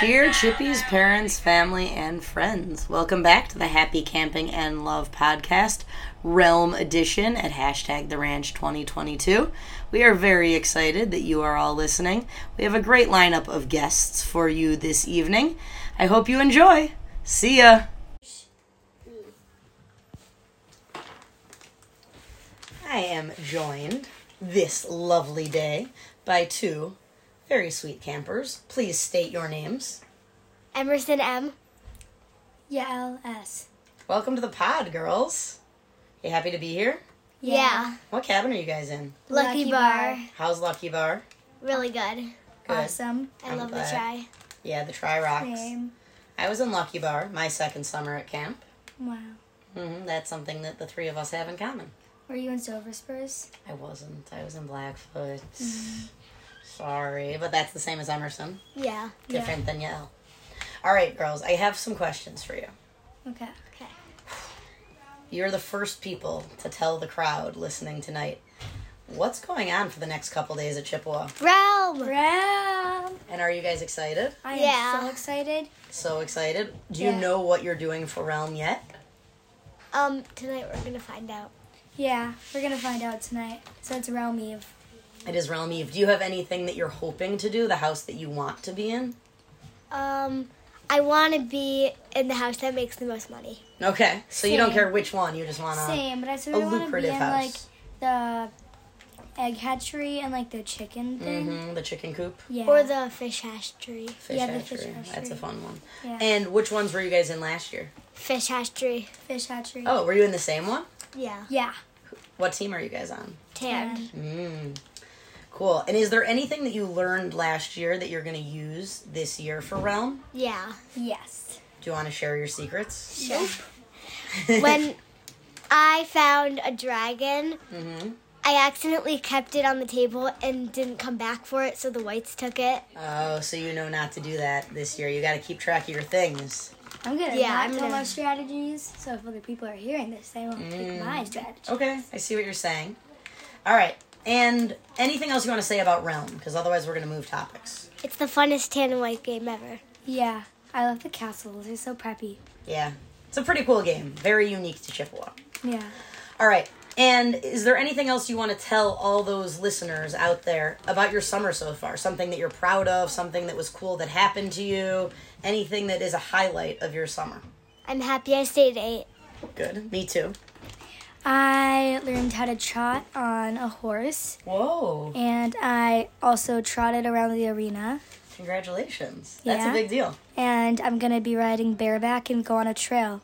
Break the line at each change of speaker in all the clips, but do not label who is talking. Dear Chippy's parents, family, and friends, welcome back to the Happy Camping and Love podcast, Realm Edition at hashtag The Ranch 2022. We are very excited that you are all listening. We have a great lineup of guests for you this evening. I hope you enjoy. See ya. I am joined this lovely day by two very sweet campers. Please state your names.
Emerson M. Yeah, LS.
Welcome to the pod, girls. You happy to be here?
Yeah.
What cabin are you guys in?
Lucky,
Lucky
bar.
Bar.
How's Lucky Bar?
Really good.
Good.
Awesome.
I
I'm
love
glad.
the try.
Yeah, the Tri Rocks.
Name.
I was in Lucky Bar my second summer at camp.
Wow.
hmm that's something that the three of us have in common.
Were you in Silver Spurs?
I wasn't. I was in Blackfoot. Sorry, but that's the same as Emerson.
Yeah.
Different than Yale. All right, girls, I have some questions for you.
Okay.
Okay.
You're the first people to tell the crowd listening tonight what's going on for the next couple days at Chippewa.
Realm.
Ram.
And are you guys excited?
I
Um, Yeah.
am so excited.
So excited. Do you
Yeah.
know what you're doing for Realm yet?
Um, tonight we're gonna find out.
Yeah, we're gonna find out tonight. So it's Realm Eve.
It is Realm Eve. Do you have anything that you're hoping to do, the house that you want to be in?
Um, I want to be in the house that makes the most money.
Okay. So you don't
Same.
care which one, you just want to.
Same, but I sort of want to be
Uh, lucrative
in
house.
like the egg hatchery and like the chicken thing.
hmm the chicken coop.
Yeah.
Or the fish hatchery.
Fish
Yeah, the
hatchery.
fish
That's a
hatchery.
fun one.
yeah.
And which ones were you guys in last year?
Fish hatchery.
fish hatchery.
Oh, were you in the same one?
Yeah.
Yeah.
What team are you guys on?
Tanned.
Mm. Cool. And is there anything that you learned last year that you're going to use this year for Realm?
Yeah.
Yes.
Do you want to share your secrets?
when I found a dragon,
hmm
I accidentally kept it on the table and didn't come back for it, so the whites took it.
Oh, so you know not to do that this year. You got to keep track of your things.
I'm gonna
Yeah,
not
I'm
tell
gonna-
my strategies, so if other people are hearing this, they won't
Mm.
take my strategy.
Okay, I see what you're saying. All right. And anything else you want to say about Realm? Because otherwise, we're going to move topics.
It's the funnest tan and white game ever.
Yeah, I love the castles. They're so preppy.
Yeah. It's a pretty cool game, very unique to Chippewa.
Yeah.
All right. And is there anything else you want to tell all those listeners out there about your summer so far? Something that you're proud of, something that was cool that happened to you, anything that is a highlight of your summer?
I'm happy I stayed eight.
Good. Me too.
I learned how to trot on a horse,
Whoa.
and I also trotted around the arena.
Congratulations. That's a
Yeah.
big deal.
And I'm gonna be riding bareback and go on a trail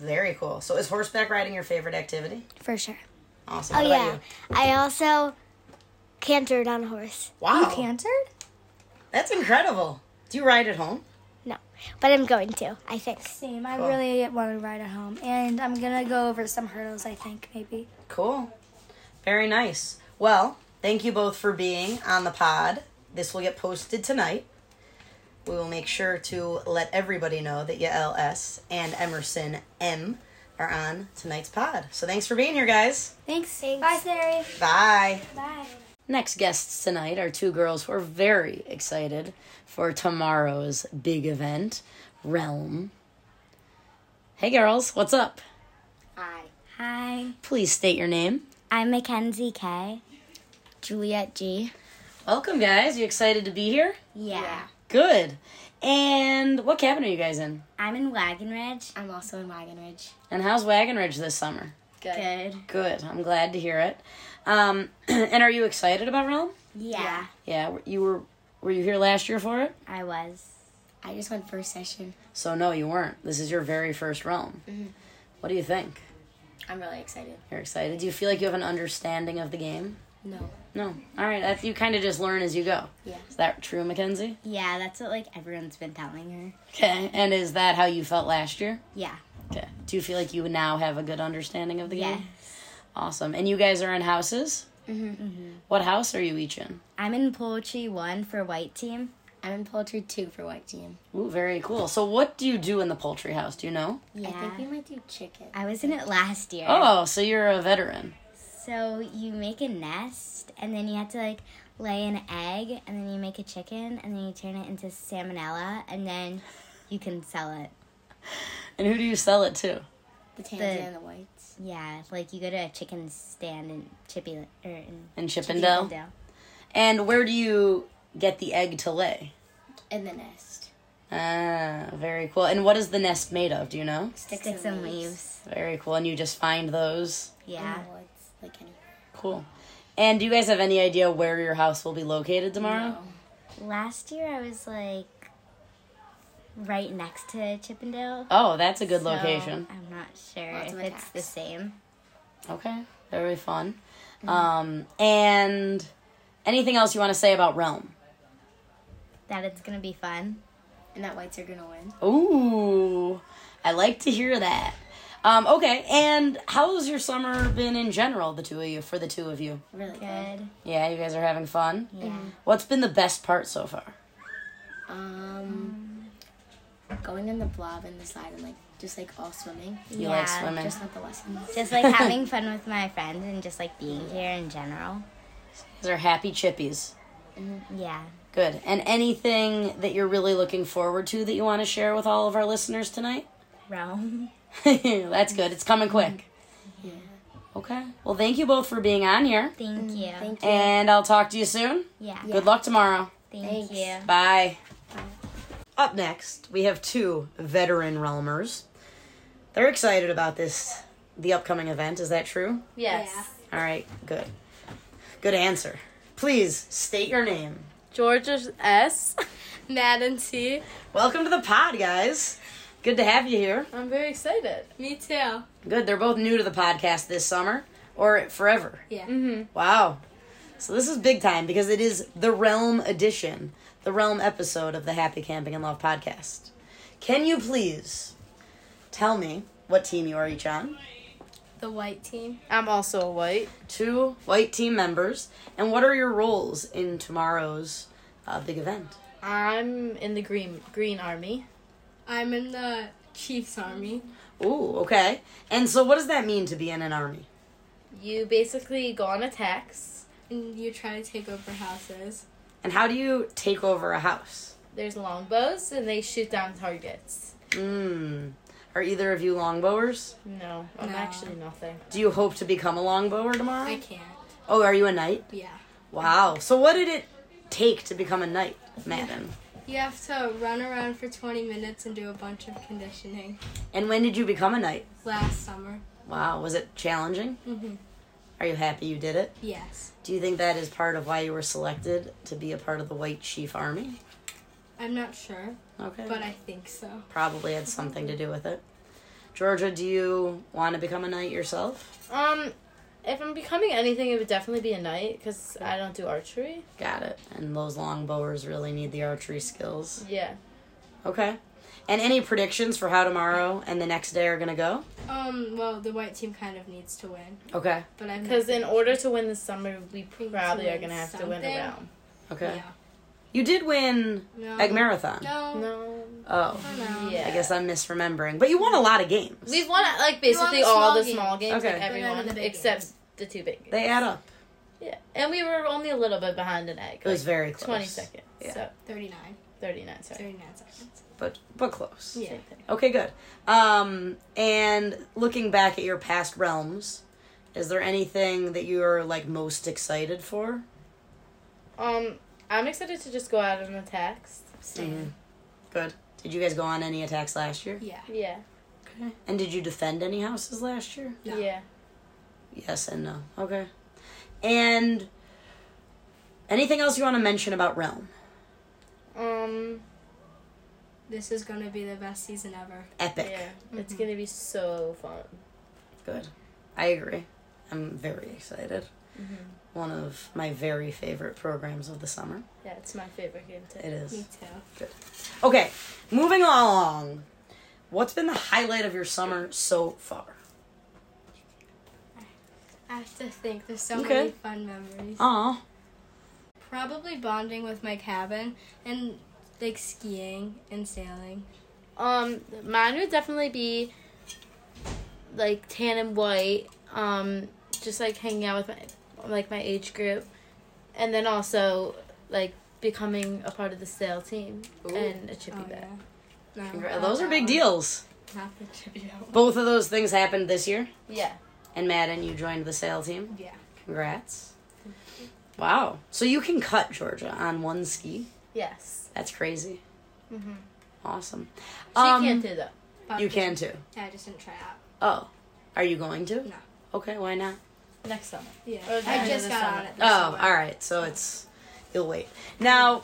Very cool. So is horseback riding your favorite activity?
for sure.
Awesome.
Oh
What about
yeah.
you?
I also cantered on a horse.
Wow.
You cantered?
That's incredible. Do you ride at home?
No, but I'm going to. I think.
Same. I
Cool.
really want to ride at home, and I'm gonna go over some hurdles. I think maybe.
Cool. Very nice. Well, thank you both for being on the pod. This will get posted tonight. We will make sure to let everybody know that Yael S and Emerson M are on tonight's pod. So thanks for being here, guys.
Thanks. Bye, Sari.
Bye.
Bye.
Next guests tonight are two girls who are very excited for tomorrow's big event, Realm. Hey, girls, what's up?
Hi.
Please state your name.
I'm Mackenzie K. Juliet G.
Welcome, guys. You excited to be here?
Yeah.
Good. And what cabin are you guys in?
I'm in Wagon Ridge. I'm also in Wagon Ridge.
And how's Wagon Ridge this summer?
Good. Good.
Good. I'm glad to hear it. Um, and are you excited about Realm?
Yeah.
Yeah. You were. Were you here last year for it?
I was. I just went first session.
So no, you weren't. This is your very first Realm.
Mm-hmm.
What do you think?
I'm really excited.
You're excited. Do you feel like you have an understanding of the game?
No.
No. All right. That's, you kind of just learn as you go.
Yeah.
Is that true, Mackenzie?
Yeah, that's what like everyone's been telling her.
Okay. And is that how you felt last year?
Yeah.
Okay. Do you feel like you now have a good understanding of the
Yes.
game? Awesome. And you guys are in houses? Mm-hmm. What house are you each in?
I'm in poultry one for white team. I'm in poultry two for white team.
Ooh, very cool. So, what do you do in the poultry house? Do you know?
Yeah. I think we might
do chicken.
I was in it last year.
Oh, so you're a veteran.
So you make a nest, and then you have to like lay an egg, and then you make a chicken, and then you turn it into salmonella, and then you can sell it.
And who do you sell it to?
The tans and the whites.
Yeah, like you go to a chicken stand in Chippy or in
In Chippendale? And where do you get the egg to lay?
And the nest.
Ah, very cool. And what is the nest made of? Do you know?
Sticks, and leaves.
Very cool. And you just find those.
Yeah.
In the woods, like any.
Cool. And do you guys have any idea where your house will be located tomorrow?
Last year I was like right next to Chippendale.
Oh, that's a good
so
location.
I'm not sure
Lots
if
of
it's the
attacks.
same.
Okay, very fun. Um, and anything else you want to say about Realm?
That it's gonna be fun.
And that whites are gonna win.
Oh,
Ooh, I like to hear that. Um, okay, and how's your summer been in general, the two of you, for the two of you?
Really good.
Good.
Yeah, you guys are having fun.
Yeah.
What's been the best part so far?
Um,
Mm.
going in the blob and the slide and like just like all swimming.
You like
Yeah,
swimming?
Just not the lessons.
Just like having fun with my friends and just like being here in general.
They're happy chippies.
Yeah.
Good. And anything that you're really looking forward to that you want to share with all of our listeners tonight?
Realm.
That's good. It's coming quick.
Yeah.
Okay. Well, thank you both for being on here.
Mm, Thank you.
Thank you.
And I'll talk to you soon.
yeah.
Good luck tomorrow.
Thank you.
Bye. Up next, we have two veteran realmers. They're excited about this, the upcoming event. Is that true?
Yes.
All right, good. Good answer. Please state your name.
Georgia S. Madden T.
Welcome to the pod, guys. Good to have you here.
I'm very excited. Me too.
Good. They're both new to the podcast this summer or forever.
Yeah.
Wow. So this is big time because it is the Realm edition, the Realm episode of the Happy Camping and Love podcast. Can you please tell me what team you are each on?
The white team. I'm also a white.
Two white team members, and what are your roles in tomorrow's uh, big event?
I'm in the green green army. I'm in the Chiefs army.
Ooh, okay. And so, what does that mean to be in an army?
You basically go on attacks and you try to take over houses.
And how do you take over a house?
There's longbows and they shoot down targets.
Mmm. Are either of you longbowers?
No, I'm
No.
actually nothing.
Do you hope to become a longbower tomorrow?
I can't.
Oh, are you a knight?
Yeah.
Wow. So what did it take to become a knight, Madden?
You have to run around for 20 minutes and do a bunch of conditioning.
And when did you become a knight?
Last summer.
Wow. Was it challenging?
Mhm.
Are you happy you did it?
Yes.
Do you think that is part of why you were selected to be a part of the White Chief Army?
I'm not sure,
Okay.
but I think so.
Probably had something to do with it. Georgia, do you want to become a knight yourself?
Um, if I'm becoming anything, it would definitely be a knight because I don't do archery.
Got it. And those longbowers really need the archery skills.
Yeah.
Okay. And any predictions for how tomorrow and the next day are going to go?
Um, well, the white team kind of needs to win,
Okay.
but I'm
Because in order to win this summer, we
need to
probably are
win
gonna have to win
something.
a round.
Okay.
Yeah.
You did win
Oh.
No.
Egg Marathon.
No.
No.
Oh.
No.
Yeah.
I guess I'm misremembering. But you won a lot of games.
We've won like basically
the
all
small
the
games.
small games,
Okay.
like
But
not in
everyone
the big
except the two big. Games.
they add up.
yeah, and we were only a little bit behind an egg.
It was
like,
very close.
twenty seconds.
Yeah.
So
39.
thirty nine. Sorry.
39 seconds.
But but close.
Yeah.
Same thing.
Okay, good. Um and looking back at your past realms, is there anything that you're like most excited for?
Um, I'm excited to just go out on attacks.
Mhm. Good. Did you guys go on any attacks last year?
Yeah.
Yeah.
Okay. And did you defend any houses last year?
No.
Yeah.
Yes and no. Okay. And anything else you want to mention about realm?
Um.
This is going to be the best season ever.
Epic.
Yeah. It's gonna be so fun.
Good. I agree. I'm very excited. One of my very favorite programs of the summer.
Yeah, it's my favorite game too.
It
Me
is.
too.
Okay, moving along. What's been the highlight of your summer so far?
I have to think. There's so
Okay.
many fun memories.
Aw.
Probably bonding with my cabin and like skiing and sailing.
Um, mine would definitely be like tan and white. Um, just like hanging out with my like my age group, and then also like becoming a part of the sail team
Ooh.
and a
Oh,
chippy bag.
No,
Congra-
not
Those are
that
big
one.
deals.
Not the trivia.
Both of those things happened this year.
Yeah.
And Madden, you joined the sail team.
Yeah.
Congrats. Wow. So you can cut Georgia on one ski.
Yes.
That's crazy.
Mhm.
Awesome.
She
Um,
can't do though.
But
You can too.
Yeah, I just didn't try out.
Oh, are you going to?
No.
Okay, why not?
Next summer.
Yeah.
Or the
I
end
just
of the
got
summer.
on it. This
Oh,
summer.
all right. So it's you'll wait. Now,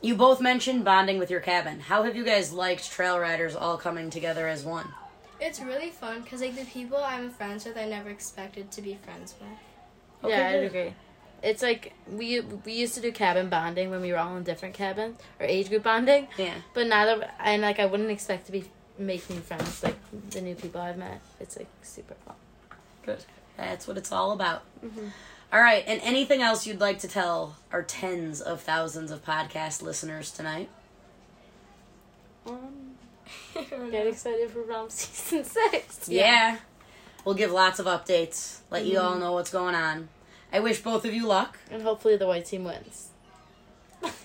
you both mentioned bonding with your cabin. How have you guys liked trail riders all coming together as one?
It's really fun because like the people I'm friends with, I never expected to be friends with.
Okay,
yeah, I'd
good.
agree. It's like we we used to do cabin bonding when we were all in different cabins or age group bonding,
Yeah.
but neither and like I wouldn't expect to be make new friends like the new people I've met. It's like super fun.
Good. That's what it's all about. All right. And anything else you'd like to tell our tens of thousands of podcast listeners tonight?
Get excited for Rom season six.
Yeah. Mm-hmm. We'll give lots of updates, let you all know what's going on. I wish both of you luck.
and hopefully the white team wins.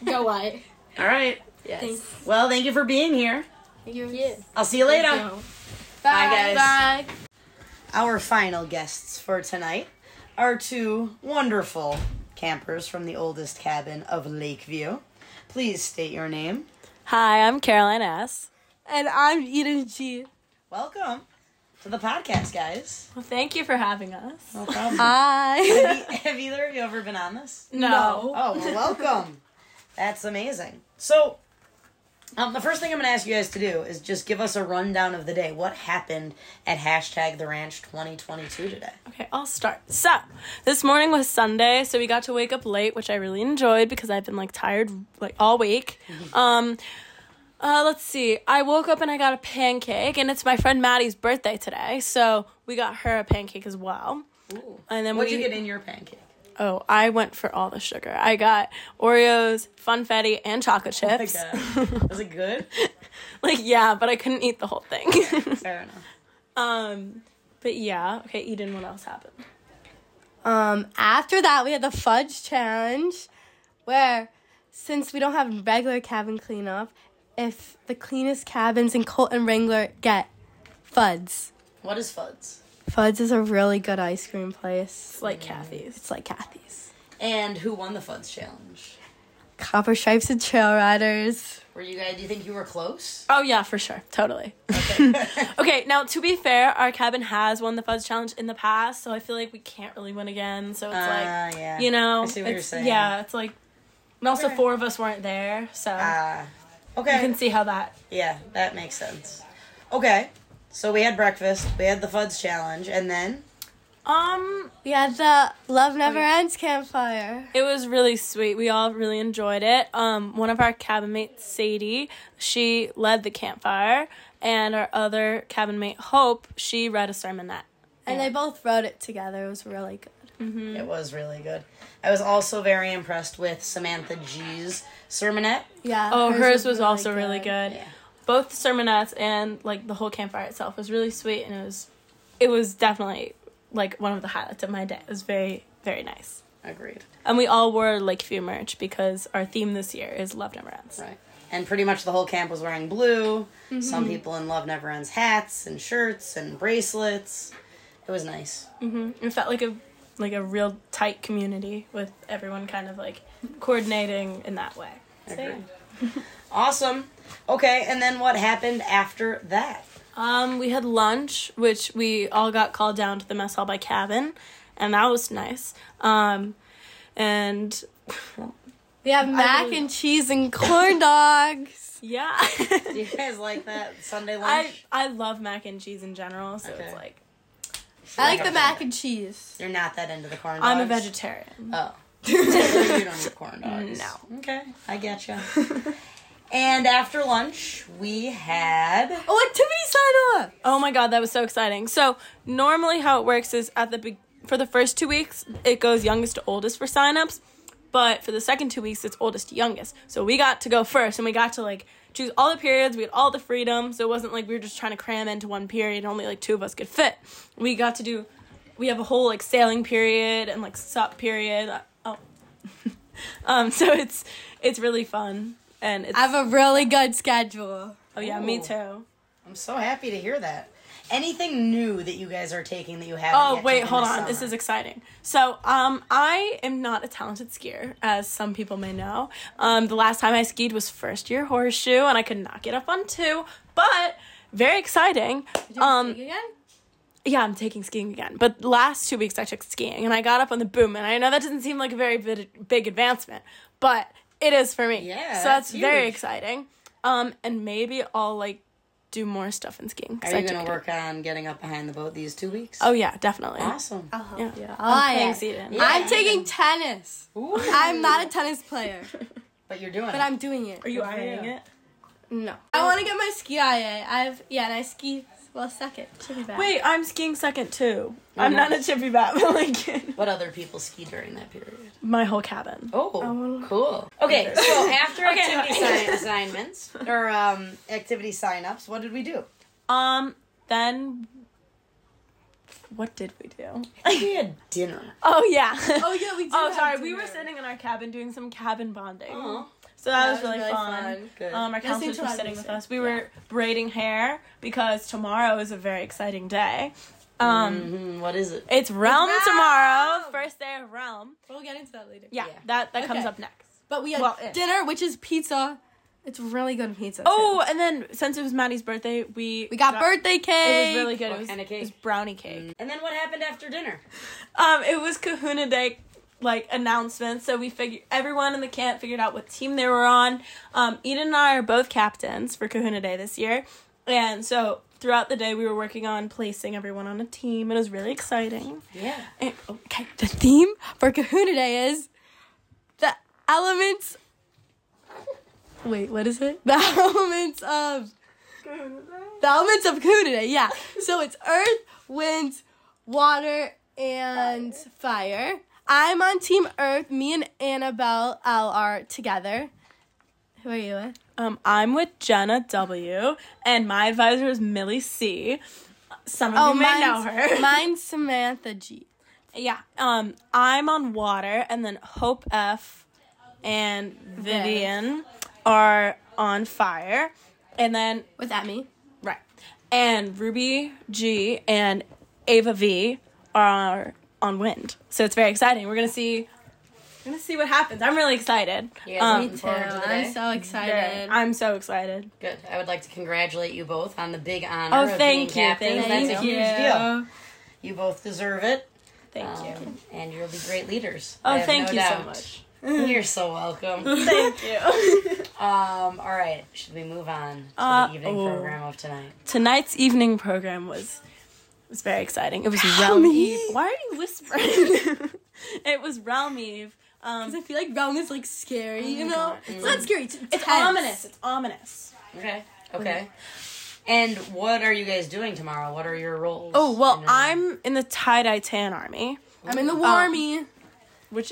Go white.
All right.
Yes.
Well, thank you for being here.
You're yeah.
I'll see you later. Bye, guys.
Bye.
Our final guests for tonight are two wonderful campers from the oldest cabin of Lakeview. Please state your name.
Hi, I'm Caroline S. And I'm Eden G.
Welcome to the podcast, guys.
Well, thank you for having us.
No problem.
Hi.
have, e- have either of you ever been on this?
No.
Oh, well, welcome. That's amazing. So, um, the first thing I'm going to ask you guys to do is just give us a rundown of the day. What happened at hashtag the ranch 2022 today?
Okay, I'll start. So, this morning was Sunday, so we got to wake up late, which I really enjoyed because I've been like tired like all week. Um uh, let's see. I woke up and I got a pancake, and it's my friend Maddie's birthday today, so we got her a pancake as well.
Ooh.
And then
What'd
we
you get in your pancake?
Oh, I went for all the sugar. I got Oreos, Funfetti, and chocolate chips.
Oh God. uh, Was it good?
like yeah, but I couldn't eat the whole thing.
Fair enough.
um, but yeah. Okay, Eden, what else happened?
Um, after that, we had the fudge challenge, where since we don't have regular cabin cleanup, if the cleanest cabins in Colt and Wrangler get Fuds.
What is Fuds?
Fuds is a really good ice cream place.
It's like Kathy's.
It's like Kathy's.
And who won the Fuds challenge?
Copper Stripes and Trail Riders.
Were you guys? Do you think you were close?
Oh yeah, for sure, totally. okay, now to be fair, our cabin has won the fuzz challenge in the past, so I feel like we can't really win again. So it's
Uh,
Ah,
like
yeah.
you know,
I see what you're
it's-
saying.
yeah, it's like. And also, four of us weren't there, so
Ah,
you
okay.
can see how that.
yeah, that makes sense. Okay, so we had breakfast. We had the Fuds challenge, and then
Um,
We had the Love Never Ends campfire.
It was really sweet. We all really enjoyed it. Um, one of our cabin mates, Sadie, she led the campfire, and our other cabin mate, Hope, she read a sermonette.
And they both wrote it together. It was really good.
it was really good. I was also very impressed with Samantha G's sermonette.
Yeah.
Oh, hers was also really good.
Yeah.
Both sermonettes and like the whole campfire itself was really sweet, and it was, it was definitely like one of the highlights of my day. It was very very nice.
Agreed.
And we all wore Lakeview merch because our theme this year is love never ends.
Right. And pretty much the whole camp was wearing blue.
Mm-hmm.
Some people in Love Never Ends hats and shirts and bracelets. It was nice.
It felt like a like a real tight community with everyone kind of like coordinating in that way. So, yeah.
Agreed. Awesome. Okay, and then what happened after that?
Um, we had lunch, which we all got called down to the mess hall by Cabin, and that was nice. Um, and
We have mac and cheese and corn dogs.
yeah,
Do you guys like that Sunday
I
lunch?
I love mac and cheese in general, so
Okay.
it's like
I like the mac and cheese.
You're not that into the corn dogs.
I'm a vegetarian.
Oh. you don't eat corn dogs. No. Okay, I get you. and after lunch, we had
Oh, activity sign up!
Oh my god, that was so exciting. So normally how it works is at the be- for the first two weeks it goes youngest to oldest for signups, but for the second two weeks it's oldest to youngest. So we got to go first and we got to like choose all the periods, we had all the freedom, so it wasn't like we were just trying to cram into one period, only like two of us could fit. We got to do we have a whole like sailing period and like sup period. Uh, Oh, um, so it's it's really fun and it's
I have a really good schedule.
oh yeah, me
Ooh.
too.
I'm so happy to hear that. Anything new that you guys are taking that you haven't?
Oh
yet
wait,
taken
hold
this
on. This
summer?
is exciting. So, um, I am not a talented skier, as some people may know. Um, the last time I skied was first year horseshoe, and I could not get up on two. But very exciting. Um,
again?
yeah, I'm taking skiing again. But last two weeks I took skiing, and I got up on the boom. And I know that doesn't seem like a very big, big advancement, but it is for me.
Yeah,
So
that's
that's, very
huge.
exciting. Um, and maybe I'll like do more stuff in skiing. 'cause
Are
I
you gonna
took it.
work on getting up behind the boat these two weeks?
Oh yeah, definitely.
awesome!
Yeah.
Oh, yeah.
Thanks, Eden.
I'm taking tennis.
Ooh.
I'm not a tennis player,
but you're doing.
but I'm doing it.
Are you ironing it?
No. I want to get my ski IA. I've yeah, and I ski well second. Should be back.
Wait, I'm skiing second too. I'm not a chippy bat, but like
it. What other people ski during that period?
my whole cabin.
Oh, cool. Okay, so after activity sign- assignments or um, activity sign-ups, what did we do?
Um, then what did we do?
We had dinner.
Oh yeah.
Oh yeah, we do.
oh
have
sorry,
dinner.
we were sitting in our cabin doing some cabin bonding.
Aw.
So Uh-huh. that, was, really, fun.
Good.
Um, our counselors
to
were
our
sitting with
music.
us. We were braiding hair because tomorrow is a very exciting day. Um,
Mhm, what is it?
it's Realm tomorrow, first day of Realm.
We'll get into that later.
Yeah,
Yeah.
that that comes
Okay.
up next.
But we had
Well, if.
dinner, which is pizza. It's really good pizza. too.
Oh, and then since it was Maddie's birthday, we
we got birthday cake.
It was really good.
What
it, was,
kind of cake?
it was brownie cake.
And then what happened after dinner?
Mm.
Um, it was Kahuna Day, like announcement. So we figured everyone in the camp figured out what team they were on. Um, Eden and I are both captains for Kahuna Day this year, and so throughout the day we were working on placing everyone on a team. It was really exciting.
Yeah.
And- okay,
Eh, The theme for Kahuna Day is the elements. Wait, what is it? The elements of. The elements of Kahuna Day, yeah. So it's earth, wind, water, and fire. I'm on Team Earth. Me and Annabelle L are together. Who are you with?
um, I'm with Jenna W, and my advisor is Millie C. Some of you may know her.
Oh, mine's Samantha G.
Yeah. Um, I'm on water, and then Hope F and Vivian are on fire, and then
With that me?
right, and Ruby G and Ava V are on wind. So it's very exciting. We're gonna see. We're gonna see what happens. I'm really excited.
Yeah,
Um,
looking forward to the day.
I'm so excited.
I'm so excited.
Good. I would like to congratulate you both on the big honor.
Oh,
of
thank
being
you,
captains.
thank
That's a
you.
huge deal. You both deserve it.
Thank you.
Um, and you'll be great leaders. I
Oh,
have
thank
no
you
doubt.
so much.
You're so welcome.
Thank you.
Um, all right. Should we move on to
Uh,
the evening
oh.
program of tonight?
Tonight's evening program was was very exciting. It was Realm Eve. Why are you whispering? it was Realm Eve. Um,
I feel like realm is like scary,
Mm.
you know? It's not scary. It's,
it's
tense.
ominous. It's ominous.
Okay. Okay. And what are you guys doing tomorrow? What are your roles?
Oh well,
in Realm?
I'm in the tie dye tan army,
I'm in the war army,
which,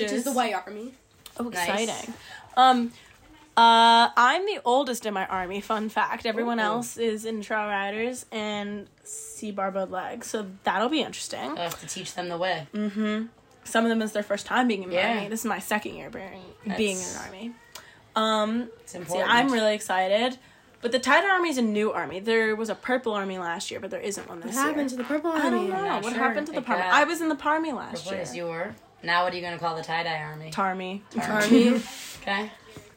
which um, is the white army.
Oh,
Nice.
exciting. Um, uh, I'm the oldest in my army. Fun fact: everyone
Ooh.
else is in trail riders and sea barbed legs, so that'll be interesting.
I'll have to teach them the way.
Mm, Some of them is their first time being in the
Yeah.
army. This is my second year being being in
That's-
an army. Um,
It's
See,
important.
I'm really excited. But the Tide Army is a new army. There was a purple army last year, but there isn't one this
What happened to
year.
the purple
I
army?
don't know.
not
what
sure.
happened to the
It
Parmy?
got-
I was in the Parmy last year.
Yes, you were. Now, what are you going to call the tie dye army?
Tarmy.
Army.
Okay.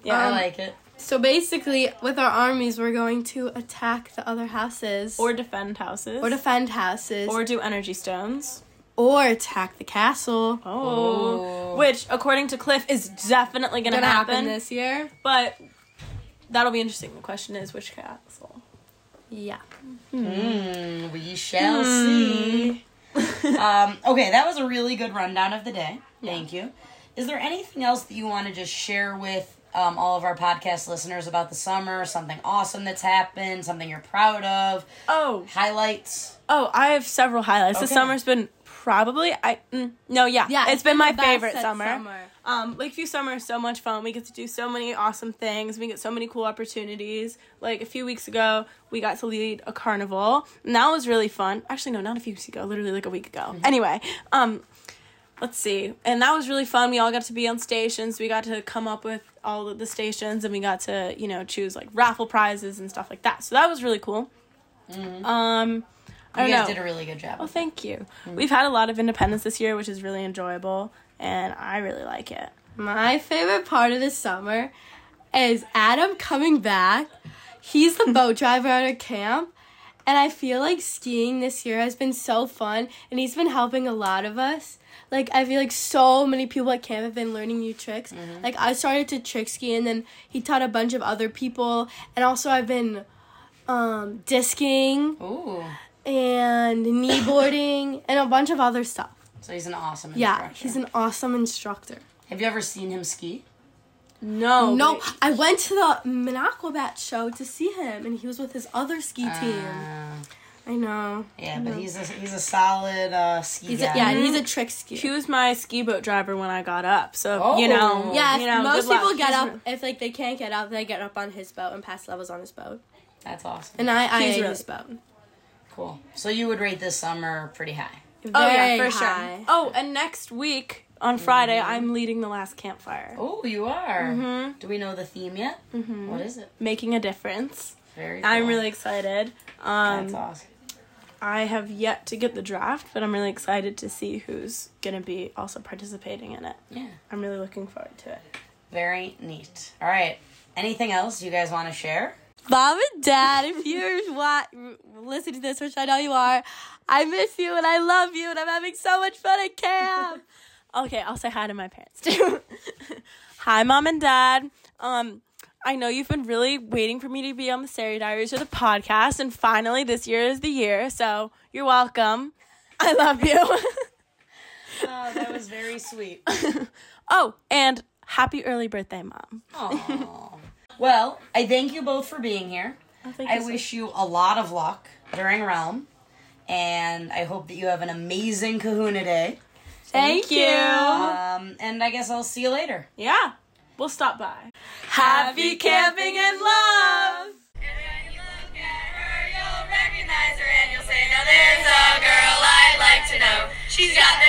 Yeah.
I like it.
so basically, with our armies, we're going to attack the other houses
or defend houses.
or defend houses
Or do energy stones.
or attack the castle.
Oh.
Ooh.
Which, according to Cliff, is definitely going to
Gonna
happen.
happen this year.
But that'll be interesting. The question is which castle?
Yeah.
Mm, we shall
Hmm.
see. um, okay, that was a really good rundown of the day. Thank you. Is there anything else that you want to just share with um, all of our podcast listeners about the summer? Something awesome that's happened, something you're proud of,
Oh,
highlights?
oh, I have several highlights. This
Okay.
summer's been probably I mm, no yeah yeah it's been my
the best
favorite
said
summer. Um, Lakeview summer is so much fun. We get to do so many awesome things. We get so many cool opportunities. Like a few weeks ago, we got to lead a carnival, and that was really fun. Actually, no, not a few weeks ago. Literally like a week ago. Anyway, um, let's see. And that was really fun. We all got to be on stations. We got to come up with all of the stations, and we got to you know choose like raffle prizes and stuff like that. So that was really cool. Um, I
You
don't
guys
know.
did a really good job.
Well, thank you.
Mm.
We've had a lot of independence this year, which is really enjoyable, and I really like it.
My favorite part of the summer is Adam coming back. He's the boat driver at our camp. And I feel like skiing this year has been so fun, and he's been helping a lot of us. Like, I feel like so many people at camp have been learning new tricks. Like, I started to trick ski, and then he taught a bunch of other people. And also, I've been um, disking
Ooh,
and kneeboarding and a bunch of other stuff.
so he's an awesome
Yeah,
instructor.
he's an awesome instructor.
Have you ever seen him ski?
No,
No, I went to the Monacobat show to see him, and he was with his other ski team.
Uh,
I know.
yeah, but he's a he's a solid uh, ski
He's
guy.
a, yeah, and he's a trick skier.
he was my ski boat driver when I got up. So
Oh.
you know,
yeah,
you know,
most
good luck.
people get
He's
up
re-
if like they can't get up, they get up on his boat and pass levels on his boat.
That's awesome.
And I, I
He's
ate
really-
his boat.
Cool. So you would rate this summer pretty high.
Oh yeah,
Very
for
high. Mm-hmm.
sure. Oh, and next week on Friday, I'm leading the last campfire,
Oh, you are. Do we know the theme yet? Mm-hmm. is it?
making a difference.
Very.
I'm
cool.
really excited. Um,
That's awesome.
I have yet to get the draft, but I'm really excited to see who's gonna be also participating in it.
Yeah.
I'm really looking forward to it.
Very neat. All right. Anything else you guys want to share?
Mom and Dad, if you're wa- listening to this, which I know you are, I miss you and I love you, and I'm having so much fun at camp.
Okay, I'll say hi to my parents too. hi, mom and dad. Um, I know you've been really waiting for me to be on the Sari Diaries or the podcast, and finally, this year is the year. So you're welcome. I love you.
Oh, that was very sweet.
oh, and happy early birthday, mom.
Aw. well, I thank you both for being here.
thank
I
you so-
wish you a lot of luck during Realm, and I hope that you have an amazing Kahuna Day.
Thank you.
Um, and I guess I'll see you later.
Yeah, we'll stop by. Happy camping and love.
Recognize her and you'll say, Now there's a girl I'd like to know. She's got